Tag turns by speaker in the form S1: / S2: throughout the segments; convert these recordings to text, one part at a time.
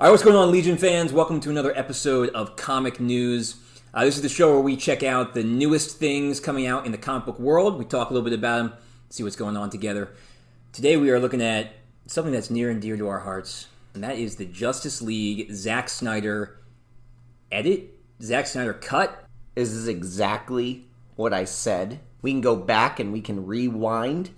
S1: All right, what's going on, Legion fans? Welcome to another episode of Comic News. Uh, this is the show where we check out the newest things coming out in the comic book world. We talk a little bit about them, see what's going on together. Today, we are looking at something that's near and dear to our hearts, and that is the Justice League Zack Snyder edit, Zack Snyder cut.
S2: This is exactly what I said. We can go back and we can rewind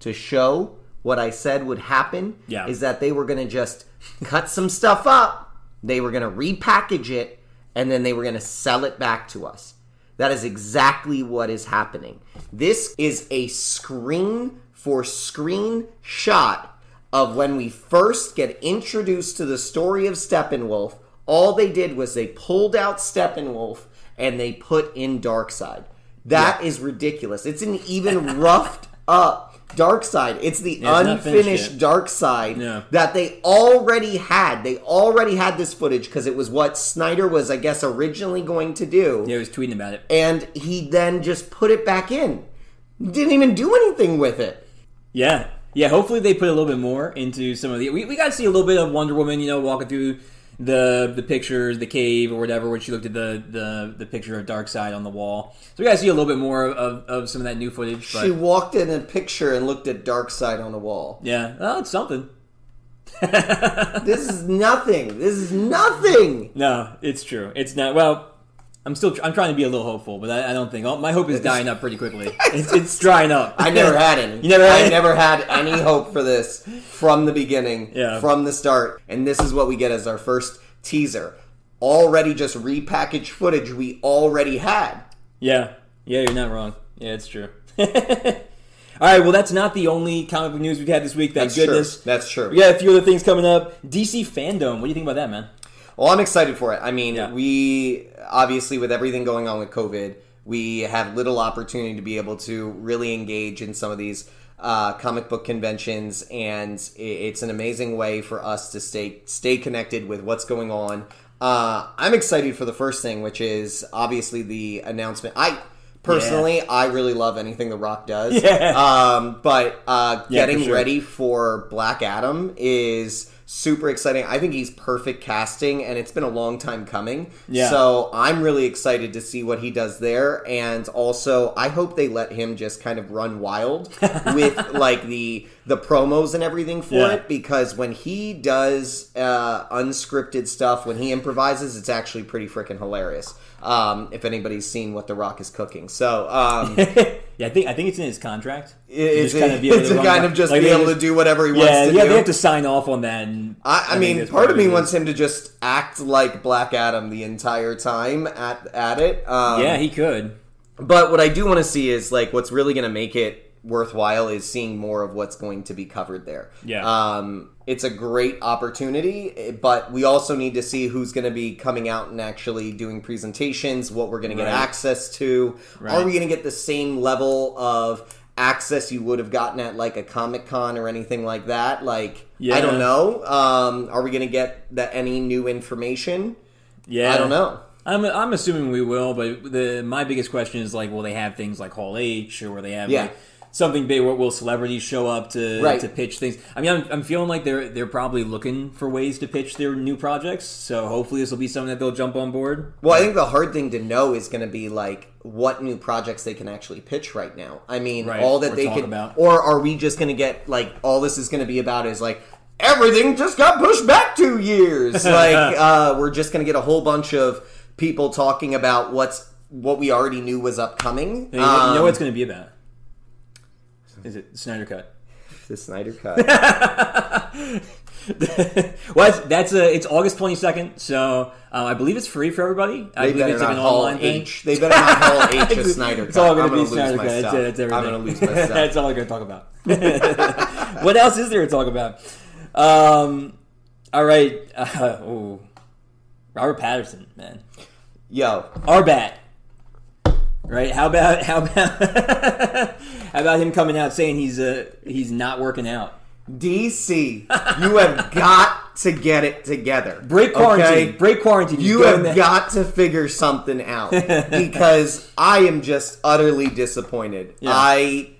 S2: to show what I said would happen
S1: Yeah.
S2: is that they were going to just cut some stuff up, they were going to repackage it, and then they were going to sell it back to us. That is exactly what is happening. This is a screen for screen shot of when we first get introduced to the story of Steppenwolf. All they did was they pulled out Steppenwolf and they put in Darkseid. That is ridiculous. It's an even roughed up Darkseid. It's the
S1: Yeah, it's not finished
S2: unfinished
S1: yet.
S2: dark side
S1: Yeah.
S2: that they already had. They already had this footage because it was what Snyder was, I guess, originally going to do.
S1: Yeah, he was tweeting about it.
S2: And he then just put it back in. Didn't even do anything with it.
S1: Yeah, yeah. Hopefully, they put a little bit more into some of the. We, we got to see a little bit of Wonder Woman, you know, walking through the the pictures, the cave or whatever, when she looked at the the, the picture of Darkseid on the wall. So we got to see a little bit more of, of some of that new footage. But
S2: She walked in a picture and looked at dark side on a wall.
S1: yeah, oh, it's something.
S2: this is nothing. This is nothing.
S1: No, it's true. It's not. Well, I'm still. Tr- I'm trying to be a little hopeful, but I, I don't think all, my hope is dying up pretty quickly. It's, it's drying up.
S2: I never had any.
S1: You never had
S2: I
S1: any?
S2: never had any hope for this from the beginning,
S1: Yeah.
S2: from the start. And this is what we get as our first teaser. Already just repackaged footage we already had.
S1: Yeah. Yeah, you're not wrong. Yeah, it's true. All right, well, that's not the only comic book news we've had this week. Thank
S2: That's
S1: goodness.
S2: true. That's true.
S1: We got a few other things coming up. DC fandom. What do you think about that, man?
S2: Well, I'm excited for it. I mean,
S1: Yeah.
S2: we obviously with everything going on with COVID, we have little opportunity to be able to really engage in some of these uh, comic book conventions, and i- it's an amazing way for us to stay stay connected with what's going on. Uh, I'm excited for the first thing, which is obviously the announcement. I personally, I really love anything The Rock does.
S1: Yeah.
S2: Um, but uh,
S1: Yeah, for
S2: getting
S1: sure.
S2: ready for Black Adam is super exciting. I think he's perfect casting, and it's been a long time coming.
S1: Yeah.
S2: So I'm really excited to see what he does there, and also I hope they let him just kind of run wild with like the the promos and everything for
S1: Yeah.
S2: it, because when he does uh, unscripted stuff, when he improvises, it's actually pretty freaking hilarious. Um, if anybody's seen what The Rock is cooking, so um,
S1: yeah, I think I think it's in his contract.
S2: it's,
S1: Just be able
S2: it's
S1: to
S2: a
S1: run
S2: kind
S1: with-
S2: of just
S1: like,
S2: be
S1: they
S2: able to
S1: just-
S2: do whatever he
S1: Yeah,
S2: wants to
S1: yeah,
S2: do.
S1: they have to sign off on that. And
S2: I, I, mean,
S1: that's
S2: part of
S1: probably
S2: me
S1: it.
S2: wants him to just act like Black Adam the entire time at at it. Um,
S1: Yeah, he could.
S2: but what I do want to see is like what's really going to make it worthwhile is seeing more of what's going to be covered there.
S1: Yeah.
S2: Um, it's a great opportunity, eh, but we also need to see who's going to be coming out and actually doing presentations, what we're going to
S1: Right.
S2: get access to.
S1: Right.
S2: Are we going to get the same level of access you would have gotten at like a Comic Con or anything like that? Like, I
S1: Yeah.
S2: don't know. Um, are we going to get that any new information?
S1: Yeah,
S2: I don't know.
S1: I'm, I'm assuming we will, but the my biggest question is like, will they have things like Hall H or will they have
S2: Yeah.
S1: like something big? Where will celebrities show up to
S2: Right.
S1: to pitch things? I mean, I'm, I'm feeling like they're they're probably looking for ways to pitch their new projects. So hopefully, this will be something that they'll jump on board.
S2: Well, I think the hard thing to know is going to be like what new projects they can actually pitch right now. I mean,
S1: Right,
S2: all that
S1: or
S2: they
S1: talk
S2: can,
S1: about.
S2: or are we just going to get like all this is going to be about is like everything just got pushed back two years. like uh, we're just going to get a whole bunch of people talking about what's what we already knew was upcoming.
S1: You know- you know
S2: Um,
S1: what it's going to be about? Is it Snyder Cut?
S2: the Snyder Cut.
S1: well, that's, that's a, it's August 22nd, so uh, I believe it's free for everybody. I
S2: They
S1: believe
S2: better
S1: it's like
S2: not
S1: an
S2: haul
S1: online thing.
S2: H. They better not haul H a
S1: It's-
S2: Snyder Cut.
S1: It's all going
S2: I'm
S1: to be
S2: gonna lose
S1: Snyder
S2: my
S1: Cut. That's,
S2: stuff.
S1: it. That's everything.
S2: I'm going to lose my stuff.
S1: that's all I'm going to talk about. what else is there to talk about? Um, all right. Uh, ooh. Robert Patterson, man.
S2: Yo,
S1: Our bat. Right? How about how about how about him coming out saying he's uh, he's not working out?
S2: DC, you have got to get it together.
S1: Break quarantine.
S2: okay?
S1: Break quarantine. He's
S2: You
S1: doing
S2: have
S1: that.
S2: got to figure something out because I am just utterly disappointed. I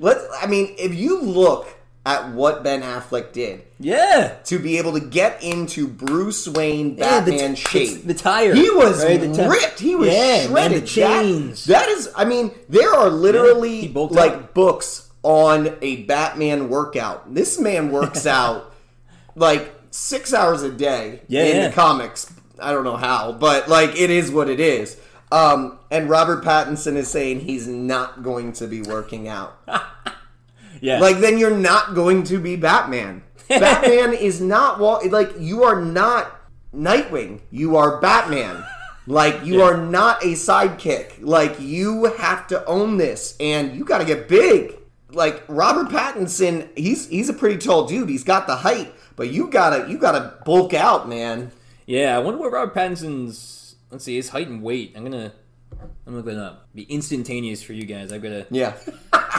S2: let I mean, if you look at what Ben Affleck did
S1: Yeah.
S2: to be able to get into Bruce Wayne
S1: Yeah, the t-
S2: Batman shape.
S1: The tire.
S2: He was
S1: right? The ti-
S2: ripped. He was
S1: Yeah, man,
S2: shredded.
S1: the
S2: That-
S1: chains.
S2: that is, I mean, there are
S1: Yeah,
S2: literally
S1: he bulked
S2: like
S1: up.
S2: books on a Batman workout. This man works out like six hours a day
S1: Yeah,
S2: in
S1: yeah.
S2: the comics. I don't know how, but like it is what it is. Um, and Robert Pattinson is saying he's not going to be working out.
S1: yeah.
S2: Like then you're not going to be Batman. Batman is not wa- like you are not Nightwing. You are Batman. Like you are not a sidekick. Like you have to own this and you got to get big. Like Robert Pattinson, he's he's a pretty tall dude. He's got the height, but you got to you got to bulk out, man.
S1: Yeah, I wonder what Robert Pattinson's. Let's see, his height and weight. I'm gonna, I'm looking it up. Be instantaneous for you guys. I've gotta
S2: Yeah.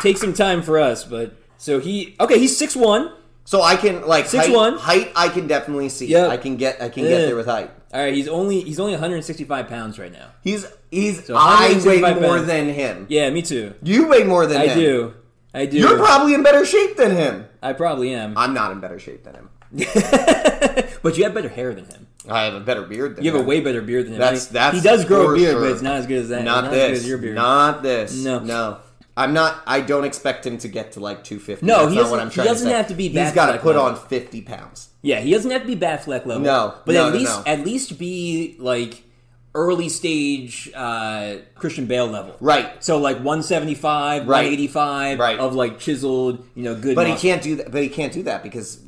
S1: take some time for us, but so he. Okay, he's six one.
S2: So I can like height,
S1: 6'1".
S2: height I can definitely see.
S1: Yeah.
S2: I can get I can
S1: Yeah.
S2: get there with height.
S1: All right, he's only he's only 165 pounds right now.
S2: He's he's I weigh
S1: 165
S2: more
S1: pounds.
S2: than him.
S1: Yeah, me too.
S2: You weigh more than
S1: I
S2: him.
S1: do. I do.
S2: You're probably in better shape than him.
S1: I probably am.
S2: I'm not in better shape than him.
S1: but you have better hair than him.
S2: I have a better beard than
S1: You have a
S2: him.
S1: way better beard than him.
S2: That's-
S1: I mean,
S2: that's
S1: he does grow
S2: for
S1: a beard,
S2: sure.
S1: but it's not as good as that.
S2: not,
S1: as good
S2: this.
S1: as your beard.
S2: Not this.
S1: No.
S2: No. No. I'm not. I don't expect him to get to like 250.
S1: No,
S2: That's
S1: he
S2: not what
S1: doesn't-
S2: I'm
S1: he
S2: trying
S1: doesn't
S2: to say.
S1: have to be
S2: He's
S1: back
S2: got
S1: to
S2: to
S1: that
S2: put
S1: level.
S2: on 50 pounds.
S1: Yeah, he doesn't have to be Batfleck level.
S2: No,
S1: but
S2: no,
S1: at
S2: no,
S1: least
S2: no.
S1: at least be like early stage uh, Christian Bale level.
S2: Right.
S1: So like 175,
S2: Right.
S1: 185
S2: Right.
S1: of like chiseled, you know, good.
S2: But he
S1: muscle.
S2: can't do that. But he can't do that because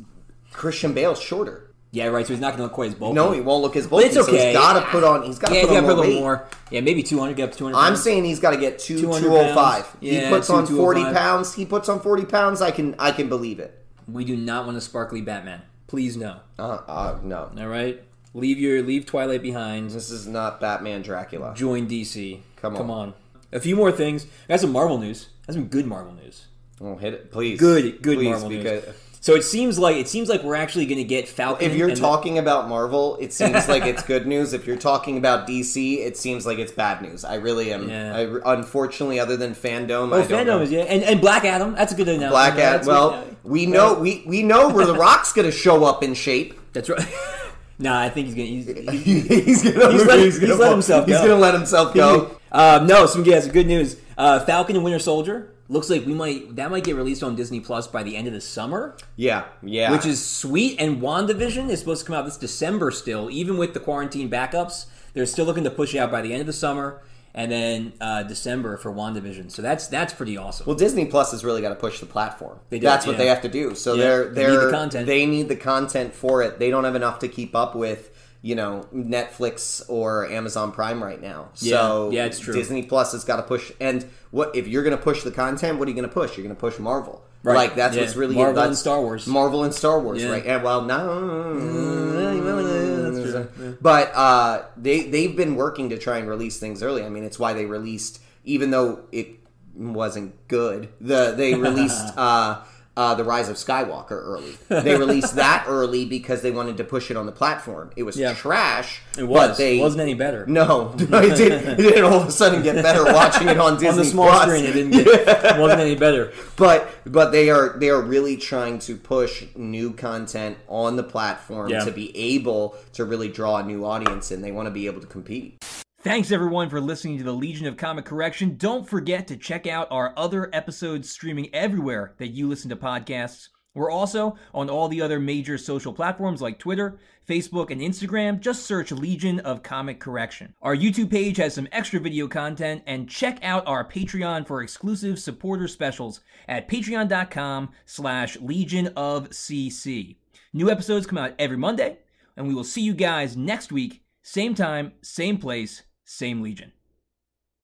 S2: Christian Bale's shorter.
S1: Yeah, right. So he's not going to look quite as bulky.
S2: No, he won't look as bulky.
S1: it's
S2: So
S1: okay.
S2: he's got to put on. He's got to
S1: yeah,
S2: put
S1: you
S2: on
S1: gotta put a
S2: more
S1: little
S2: weight.
S1: more. Yeah, maybe 200. Get up to 200.
S2: I'm
S1: pounds.
S2: saying he's got to get two
S1: 200
S2: 205.
S1: pounds.
S2: he
S1: Yeah,
S2: puts on 40
S1: 205.
S2: pounds. He puts on 40 pounds. I can I can believe it.
S1: we do not want a sparkly Batman. Please no.
S2: Uh, uh, no,
S1: All right, leave your leave Twilight behind.
S2: this is not Batman Dracula.
S1: Join DC.
S2: Come
S1: come
S2: on.
S1: on. A few more things. That's some Marvel news. That's some good Marvel news.
S2: Oh, hit it, please.
S1: Good, good
S2: please,
S1: Marvel news.
S2: because
S1: So it seems like it seems like we're actually going to get Falcon.
S2: if you're
S1: and the-
S2: talking about Marvel, it seems like it's good news. If you're talking about DC, it seems like it's bad news. I really am.
S1: Yeah.
S2: I, unfortunately, other than fandom,
S1: oh,
S2: I don't know.
S1: fandom is yeah, and, and Black Adam. That's a good announcement.
S2: Black Adam.
S1: That's-
S2: Well, we know we we know where the Rock's gonna show up in shape.
S1: that's right. nah, I think he's going. to... He's,
S2: he's gonna.
S1: He's let- he's let
S2: fall-
S1: himself
S2: He's
S1: go.
S2: gonna let himself go.
S1: um, no, some yeah, some good news. Uh, Falcon and Winter Soldier looks like we might that might get released on Disney Plus by the end of the summer,
S2: Yeah, yeah.
S1: which is sweet. And WandaVision is supposed to come out this December still, even with the quarantine backups. They're still looking to push it out by the end of the summer and then uh, December for WandaVision. So that's that's pretty awesome.
S2: Well, Disney Plus has really got to push the platform.
S1: They do,
S2: That's what
S1: yeah.
S2: they have to do. So
S1: Yeah,
S2: they're
S1: they need the
S2: they're
S1: content.
S2: they need the content for it. They don't have enough to keep up with, you know, Netflix or Amazon Prime right now. so
S1: yeah, it's true.
S2: Disney Plus has got to push. And what if you're going to push the content? What are you going to push? You're going to push Marvel.
S1: Right.
S2: Like that's
S1: Yeah.
S2: what's really
S1: Marvel
S2: that's
S1: and Star Wars.
S2: Marvel and Star Wars,
S1: Yeah.
S2: right? And well, no,
S1: that's true.
S2: but uh, they they've been working to try and release things early. I mean, it's why they released, even though it wasn't good. The they released uh, uh, the Rise of Skywalker early. They released that early because they wanted to push it on the platform. It was
S1: Yeah.
S2: trash.
S1: It was.
S2: But they
S1: it wasn't any better.
S2: no, it did. It did all of a sudden get better watching it on Disney
S1: on the small
S2: Plus.
S1: screen, it didn't get it wasn't any better.
S2: But but they are they are really trying to push new content on the platform
S1: Yeah.
S2: to be able to really draw a new audience, and they want to be able to compete.
S1: Thanks everyone for listening to the Legion of Comic Correction. Don't forget to check out our other episodes streaming everywhere that you listen to podcasts. We're also on all the other major social platforms like Twitter, Facebook, and Instagram. Just search Legion of Comic Correction. Our YouTube page has some extra video content, and check out our Patreon for exclusive supporter specials at patreon.com slash Legion of CC. New episodes come out every Monday, and we will see you guys next week, same time, same place, same Legion.